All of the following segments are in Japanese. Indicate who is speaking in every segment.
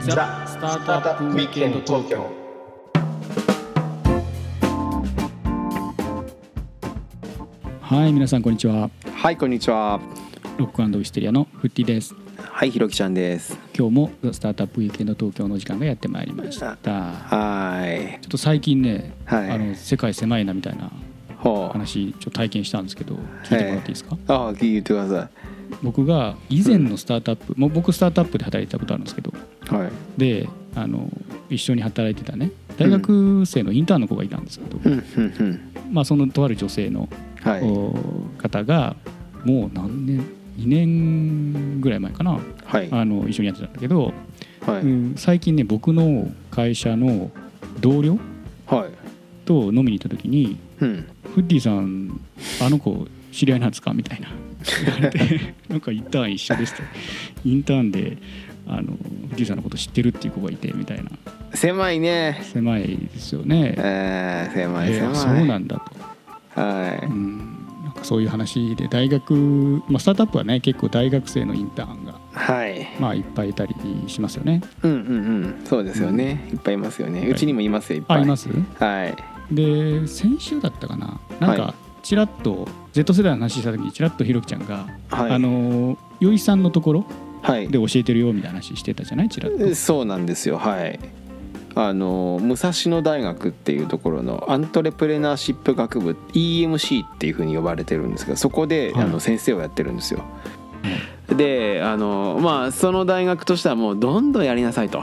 Speaker 1: ザ・スタートアップウィークエンド東京
Speaker 2: はい皆さんこんにちは
Speaker 3: はいこんにちは
Speaker 2: ロックウィステリアのフッティです
Speaker 3: はいひろきちゃんです
Speaker 2: 今日もザ・スタートアップウィークエンド東京の時間がやってまいりましたちょ
Speaker 3: はい
Speaker 2: っと最近ね、
Speaker 3: はい
Speaker 2: あの世界狭いなみたいな
Speaker 3: ほう
Speaker 2: 話ちょっと体験したんですけど聞いてもらっていいですか、
Speaker 3: ああ聞いてくださ
Speaker 2: 僕が以前のスタートアップ、もう僕スタートアップで働いてたことあるんですけど
Speaker 3: いはい
Speaker 2: であの一緒に働いてたね大学生のインターンの子がいたんですけど、
Speaker 3: うんうん
Speaker 2: まあそのとある女性の
Speaker 3: うんはい
Speaker 2: お方がもう何年2年ぐらい前かな
Speaker 3: はい
Speaker 2: あの一緒にやってたんだけど、
Speaker 3: は
Speaker 2: う
Speaker 3: い
Speaker 2: ん最近ね僕の会社の同僚
Speaker 3: はい
Speaker 2: と飲みに行った時に
Speaker 3: うん
Speaker 2: 「フッディさんあの子知り合いなんですか?」みたい な言われて「なんかインターン一緒です」と「インターンであのフッディさんのこと知ってるっていう子がいて」みたいな
Speaker 3: 狭いね
Speaker 2: 狭いですよね。
Speaker 3: えー、狭い
Speaker 2: え
Speaker 3: 狭
Speaker 2: ー
Speaker 3: い
Speaker 2: そうなんだと
Speaker 3: は
Speaker 2: うんなんかそういう話で大学、まあ、スタートアップはね結構大学生のインターンが、
Speaker 3: いはい
Speaker 2: まあ、いっぱいいたりしますよね。
Speaker 3: うんうんうんそうですよね、いっぱいいますよね
Speaker 2: いう
Speaker 3: ちにもいますよいっぱ
Speaker 2: あ
Speaker 3: い
Speaker 2: りますす
Speaker 3: はい
Speaker 2: で先週だったかななん
Speaker 3: は
Speaker 2: かちらっと Z 世代の話した時にちらっとひろきちゃんが、
Speaker 3: はい
Speaker 2: あのよいさんのところ
Speaker 3: はい
Speaker 2: で教えてるよみたいな話してたじゃないちらっと。
Speaker 3: そうなんですよはいあの武蔵野大学っていうところのアントレプレナーシップ学部 EMC っていうふうに呼ばれてるんですけどそこで、
Speaker 2: はい
Speaker 3: あの先生をやってるんですよ。であのまあその大学としてはもうどんどんやりなさいと。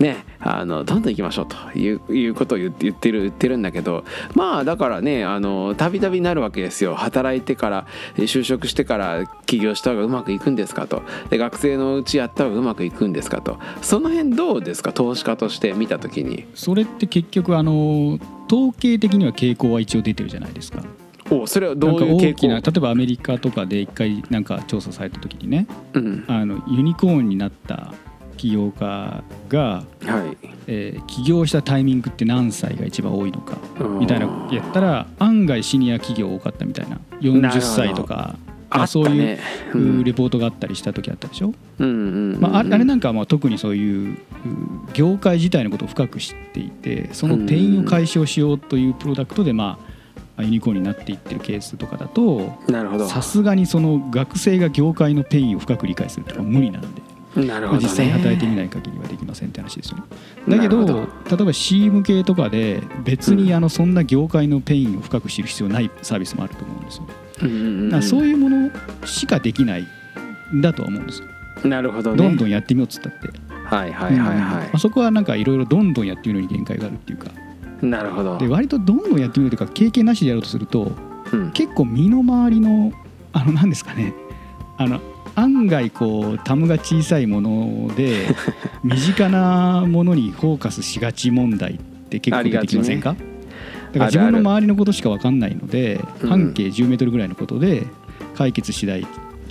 Speaker 3: ね、あのどんどん行きましょうといういうことを言って言ってる言ってるんだけどまあだからねあのたびたびなるわけですよ働いてからえ就職してから起業した方がうまくいくんですかとで学生のうちやった方がうまくいくんですかとその辺どうですか投資家として見た時に
Speaker 2: それって結局あの統計的には傾向は一応出てるじゃないですか。
Speaker 3: おそれはどういう
Speaker 2: なんか
Speaker 3: 傾
Speaker 2: 大きな
Speaker 3: 向
Speaker 2: 例えばアメリカとかで一回なんか調査された時にね
Speaker 3: うん
Speaker 2: あのユニコーンになった起業家が、
Speaker 3: はい
Speaker 2: えー起業したタイミングって何歳が一番多いのか
Speaker 3: うん
Speaker 2: みたいなことやったら案外シニア企業多かったみたいな
Speaker 3: な
Speaker 2: 40
Speaker 3: るほど
Speaker 2: 歳とかまあ、
Speaker 3: あった
Speaker 2: そういう
Speaker 3: ねう
Speaker 2: うん
Speaker 3: ん
Speaker 2: レポートがあったりした時あったでしょ、
Speaker 3: うんうん
Speaker 2: まあ、あれあれなんんかはまあ特にそういううん業界自体のことを深く知っていてその定員を解消しようというプロダクトでまあユニコーンになっていってるケースとかだと
Speaker 3: なるほど
Speaker 2: さすがにその学生が業界のペインを深く理解するとか無理なんで、
Speaker 3: なるほど、ね、
Speaker 2: 実際に働いてみない限りはできませんって話ですよね。だけど
Speaker 3: なる
Speaker 2: 例えば CM 系とかで別にあのそんな業界のペインを深く知る必要ないサービスもあると思うんですよ。
Speaker 3: うんうん
Speaker 2: だからそう
Speaker 3: う
Speaker 2: いうものしかできないんだとは思うんですよ。
Speaker 3: んなるほどね
Speaker 2: どんどんやってみようっつったって。
Speaker 3: はいはいはい
Speaker 2: うん
Speaker 3: は
Speaker 2: まあそこはなんかいろいろどんどんやってみるのに限界があるっていうか
Speaker 3: いなるほど
Speaker 2: で割とどんどんやってみるというか経験なしでやろうとすると
Speaker 3: うん
Speaker 2: 結構身の回りのあの何ですかねあの案外こうタムが小さいもの で身近なものにフォーカスしがち問題って結構出てきませんか、だから
Speaker 3: あ
Speaker 2: 自
Speaker 3: るある
Speaker 2: 分の周りのことしか分かんないので
Speaker 3: うん
Speaker 2: 半径1 0メートルぐらいのことで解決したい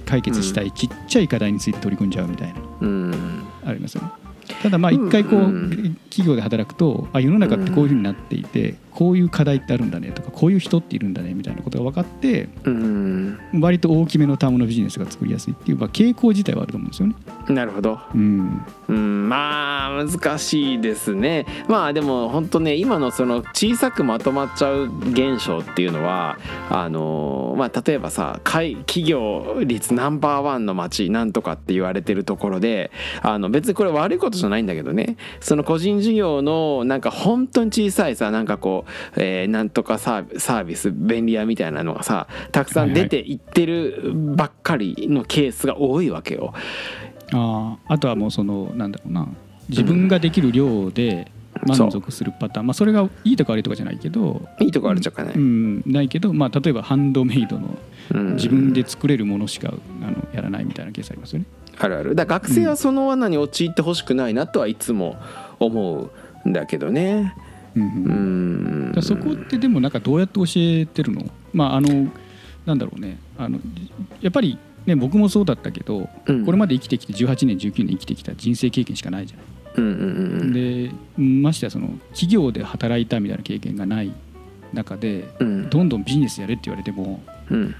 Speaker 2: 解決したいちっちゃい課題について取り組んじゃうみたいな
Speaker 3: うん
Speaker 2: ありますよね。ただまあ一回こう
Speaker 3: うんうん
Speaker 2: 企業で働くとあ世の中ってこういうふうになっていてこういう課題ってあるんだねとかこういう人っているんだねみたいなことが分かって
Speaker 3: うん
Speaker 2: 割と大きめのタームのビジネスが作りやすいっていう、まあ、傾向自体はあると思うんですよね。
Speaker 3: なるほど
Speaker 2: うん、
Speaker 3: うんまあ難しいですねまあでも本当ね今のその小さくまとまっちゃう現象っていうのはあのまあ例えばさ会企業率ナンバーワンの街なんとかって言われてるところであの別にこれ悪いことじゃないんだけどねその個人事業のなんか本当に小さいさなんかこう、えーなんとかサービサービス便利屋みたいなのがさたくさん出ていってるばっかりのケースが多いわけよ。
Speaker 2: あーあとはもうそのなんだろうな自分ができる量で満足するパターン、まあ、それがいいとか悪いとかじゃないけど、
Speaker 3: いいとこあるじゃんかね
Speaker 2: う。ん、ないけど、まあ、例えばハンドメイドの
Speaker 3: うん
Speaker 2: 自分で作れるものしかあのやらないみたいなケースありますよね。
Speaker 3: あるあるだから学生はその罠に陥ってほしくないなとはいつも思うんだけどね
Speaker 2: うん
Speaker 3: う
Speaker 2: うんだ
Speaker 3: ん
Speaker 2: からそこってでもなんかどうやって教えてるのまああのなんだろうねあのやっぱりね僕もそうだったけど、
Speaker 3: うん
Speaker 2: これまで生きてきて18年19年生きてきた人生経験しかないじゃない、
Speaker 3: うんうん
Speaker 2: でましてやその企業で働いたみたいな経験がない中で
Speaker 3: うんうん
Speaker 2: どんどんビジネスやれって言われても
Speaker 3: うん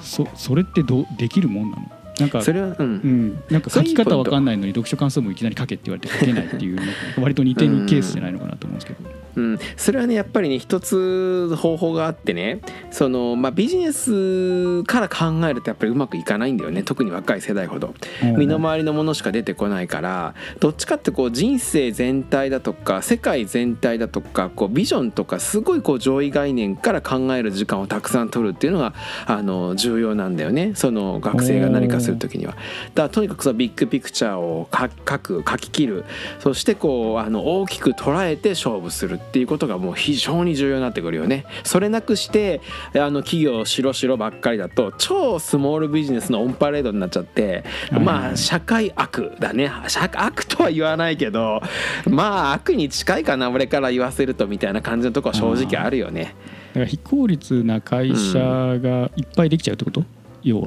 Speaker 2: そそれってどうできるもんなのなんか
Speaker 3: それはう
Speaker 2: うんん、なんか書き方わかんないのに読書感想文いきなり書けって言われて書けないっていう割と似てるケースじゃないのかなと思うんですけど、
Speaker 3: うん、それはねやっぱりね一つ方法があってねその、まあ、ビジネスから考えるとやっぱりうまくいかないんだよね特に若い世代ほど
Speaker 2: うん
Speaker 3: 身の回りのものしか出てこないからどっちかってこう人生全体だとか世界全体だとかこうビジョンとかすごいこう上位概念から考える時間をたくさん取るっていうのがあの重要なんだよねその学生が何かする時には。だからとにかくそのビッグピクチャーをか書く書き切るそしてこうあの大きく捉えて勝負するっていうことがもう非常に重要になってくるよね。それなくしてあの企業白白ばっかりだと超スモールビジネスのオンパレードになっちゃって
Speaker 2: はい
Speaker 3: まあ社会悪だね社悪とは言わないけどまあ悪に近いかな俺から言わせるとみたいな感じのとこは正直あるよね。
Speaker 2: だから非効率な会社がいっぱいできちゃうってこと、要は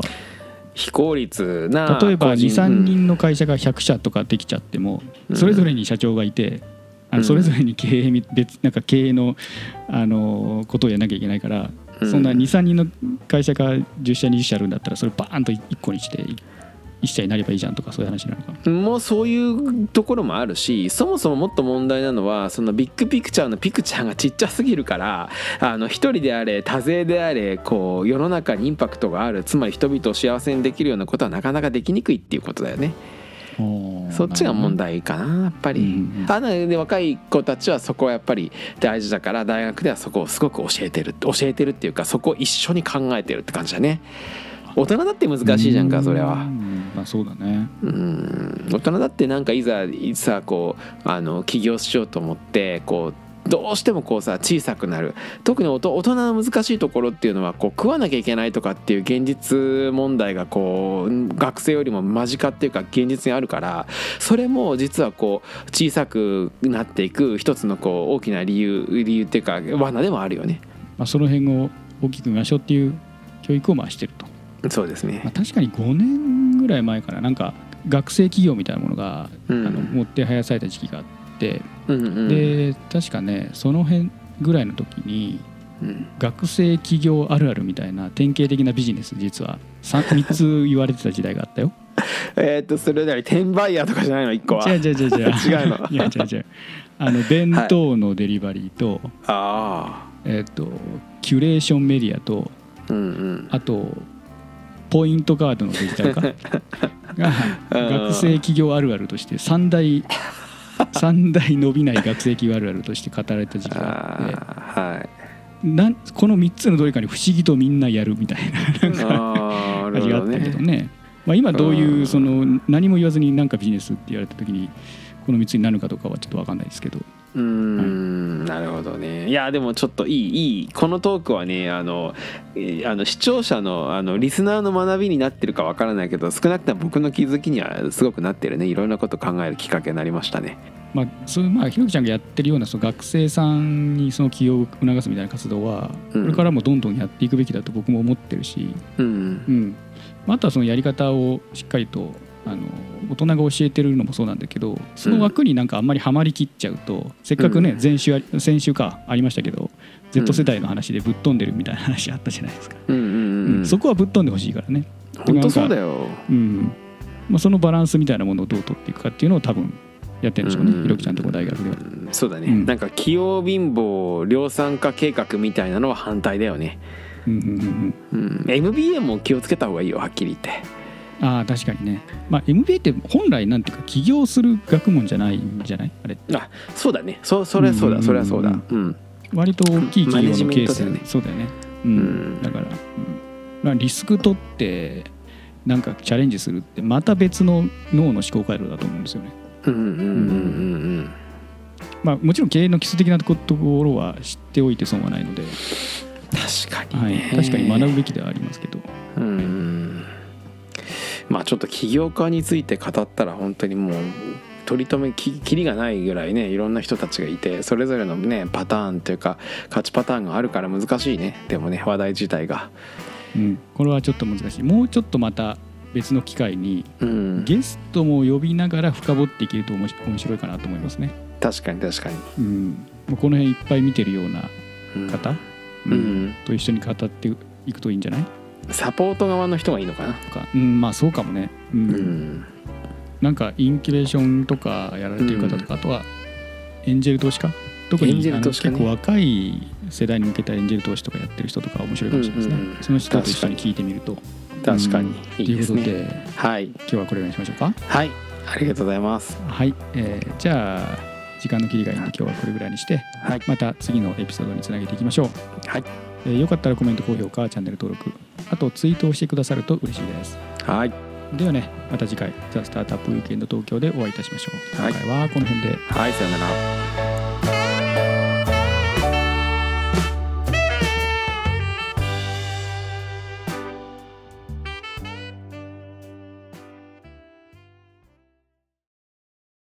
Speaker 3: 非効率な
Speaker 2: 例えば
Speaker 3: 個人
Speaker 2: 23人の会社が100社とかできちゃっても、それぞれに社長がいてあ
Speaker 3: う
Speaker 2: の
Speaker 3: ん
Speaker 2: それぞれに経営み別なんか経営のあのことをやらなきゃいけないから、
Speaker 3: うん
Speaker 2: そんな23人の会社が10社20社あるんだったらそれバーンと1個にして1社になればいいじゃんとかそういう話なのかな。
Speaker 3: もうそういうところもあるしそもそももっと問題なのはそのビッグピクチャーのピクチャーがちっちゃすぎるからあの一人であれ多勢であれこう世の中にインパクトがあるつまり人々を幸せにできるようなことはなかなかできにくいっていうことだよねそっちが問題かなやっぱり、
Speaker 2: うんうん
Speaker 3: あなので若い子たちはそこはやっぱり大事だから大学ではそこをすごく教えてる教えてるっていうかそこを一緒に考えてるって感じだね大人だって難しいじゃんかそれは
Speaker 2: う。んまあそうだね
Speaker 3: うん大人だってなんかいざいざこうあの起業しようと思ってこうどうしてもこうさ小さくなる特におと大人の難しいところっていうのはこう食わなきゃいけないとかっていう現実問題がこう学生よりも間近っていうか現実にあるからそれも実はこう小さくなっていく一つのこう大きな理由理由っていうか罠でもあるよね。
Speaker 2: まあ、その辺を大きく見ましょうっていう教育をまあしてると、
Speaker 3: そうです
Speaker 2: まあ、
Speaker 3: ね、
Speaker 2: 確かに5年ぐらい前からなんか学生企業みたいなものが、
Speaker 3: うん
Speaker 2: あの持ってはやされた時期があって、
Speaker 3: うんうん
Speaker 2: で確かねその辺ぐらいの時に
Speaker 3: うん
Speaker 2: 学生企業あるあるみたいな典型的なビジネス実は 3, つ言われてた時代があったよ。
Speaker 3: えーっとそれなり転売屋とかじゃないの一個は。
Speaker 2: 違う違う違う違う
Speaker 3: 違うの
Speaker 2: いや違う違うあの弁当のデリバリーと、
Speaker 3: あ
Speaker 2: えっ、とキュレーションメディアと
Speaker 3: あうんうん
Speaker 2: あとポイントカードのデジタル 化が学生企業あるあるとして三大三大伸びない学生企業あるあるとして語られた時期があって
Speaker 3: あ
Speaker 2: なんこの3つのどれかに不思議とみんなやるみたい
Speaker 3: ーはいあー
Speaker 2: な
Speaker 3: な
Speaker 2: 味
Speaker 3: る
Speaker 2: が
Speaker 3: ほ
Speaker 2: あ
Speaker 3: ど
Speaker 2: ったけど
Speaker 3: ね
Speaker 2: ね、まあ、今どう
Speaker 3: う
Speaker 2: いうんその何も言わずに何かビジネスって言われた時にこの3つになるかどうかはちょっと分かんないですけど
Speaker 3: うーんなるほどねいやでもちょっといいいいこのトークはねあのえーあの視聴者のあのリスナーの学びになってるかわからないけど少なくとも僕の気づきにはすごくなってるねいろんなこと考えるきっかけになりましたね
Speaker 2: まあそういうまあひろきちゃんがやってるようなその学生さんにその起業を促すみたいな活動はこ
Speaker 3: うん
Speaker 2: れからもどんどんやっていくべきだと僕も思ってるし、
Speaker 3: うん
Speaker 2: うんまあ、あとはそのやり方をしっかりとあの大人が教えてるのもそうなんだけどその枠になんかあんまりはまりきっちゃうと、せっかくね
Speaker 3: うん
Speaker 2: 前週あり先週かありましたけど
Speaker 3: うん
Speaker 2: Z 世代の話でぶっ飛んでるみたいな話あったじゃないですか、
Speaker 3: うんうん
Speaker 2: う
Speaker 3: うんん
Speaker 2: そこはぶっ飛んでほしいからね、
Speaker 3: 本当そうだよ
Speaker 2: うんまあ、そのバランスみたいなものをどう取っていくかっていうのを多分やってるんでしょうね、
Speaker 3: うん
Speaker 2: ひろきちゃんとこ大学では。
Speaker 3: うんそうだね、
Speaker 2: うん
Speaker 3: なんか器用貧乏量産化計画みたいなのは反対だよね
Speaker 2: うんうんうんうん
Speaker 3: うん、MBA も気をつけた方がいいよはっきり言って
Speaker 2: ああ確かにね、まあ、MBA って本来なんていうか起業する学問じゃないんじゃないあれ
Speaker 3: あそうだねそそれはそう
Speaker 2: う
Speaker 3: だ
Speaker 2: ん
Speaker 3: それはそうだうん
Speaker 2: 割と大きい企業のケース
Speaker 3: マネジメントだよね
Speaker 2: そうだよね、うん
Speaker 3: うん
Speaker 2: だから、うんまあ、リスク取ってなんかチャレンジするってまた別の脳の思考回路だと思うんですよね、
Speaker 3: うんうんうん
Speaker 2: まあ、もちろん経営の基礎的なとこところは知っておいて損はないので、
Speaker 3: 確かに、
Speaker 2: は
Speaker 3: ね
Speaker 2: い、確かに学ぶべきではありますけど、
Speaker 3: うんまあちょっと起業家について語ったら本当にもう取り留めききりがないぐらいねいろんな人たちがいてそれぞれのねパターンというか価値パターンがあるから難しいねでもね話題自体が
Speaker 2: うん、これはちょっと難しいもうちょっとまた別の機会に
Speaker 3: うん
Speaker 2: ゲストも呼びながら深掘っていけると面白面白いかなと思いますね。
Speaker 3: 確かに確かに、
Speaker 2: うん、もうこの辺いっぱい見てるような
Speaker 3: うん
Speaker 2: 方、
Speaker 3: うん
Speaker 2: と一緒に語っていくといいんじゃない
Speaker 3: サポート側の人がいいのかな。
Speaker 2: かうんまあそうかもね、うん
Speaker 3: うん、
Speaker 2: なんかインキュベーションとかやられてる方とか、あとはエンジェル投資家特に
Speaker 3: エンジェル投資家ね
Speaker 2: あの結構若い世代に向けたエンジェル投資とかやってる人とかは面白いかもしれないですね、
Speaker 3: うんうんうん
Speaker 2: その人と一緒に聞いてみると
Speaker 3: 確かに
Speaker 2: うん
Speaker 3: いいですね
Speaker 2: ということで
Speaker 3: はい、
Speaker 2: 今日はこれぐらいにしましょうか
Speaker 3: はい、ありがとうございます。
Speaker 2: はい、えーじゃあ時間の切りがいいんで今日はこれぐらいにして、
Speaker 3: はい
Speaker 2: また次のエピソードにつなげていきましょう、
Speaker 3: はい
Speaker 2: えーよかったらコメント高評価チャンネル登録あとツイートをしてくださると嬉しいです
Speaker 3: はい、
Speaker 2: ではねまた次回「ザ・スタートアップウィークエンド東京」でお会いいたしましょう
Speaker 3: はい
Speaker 2: 今回はこの辺で、
Speaker 3: はい、さよなら。
Speaker 2: さ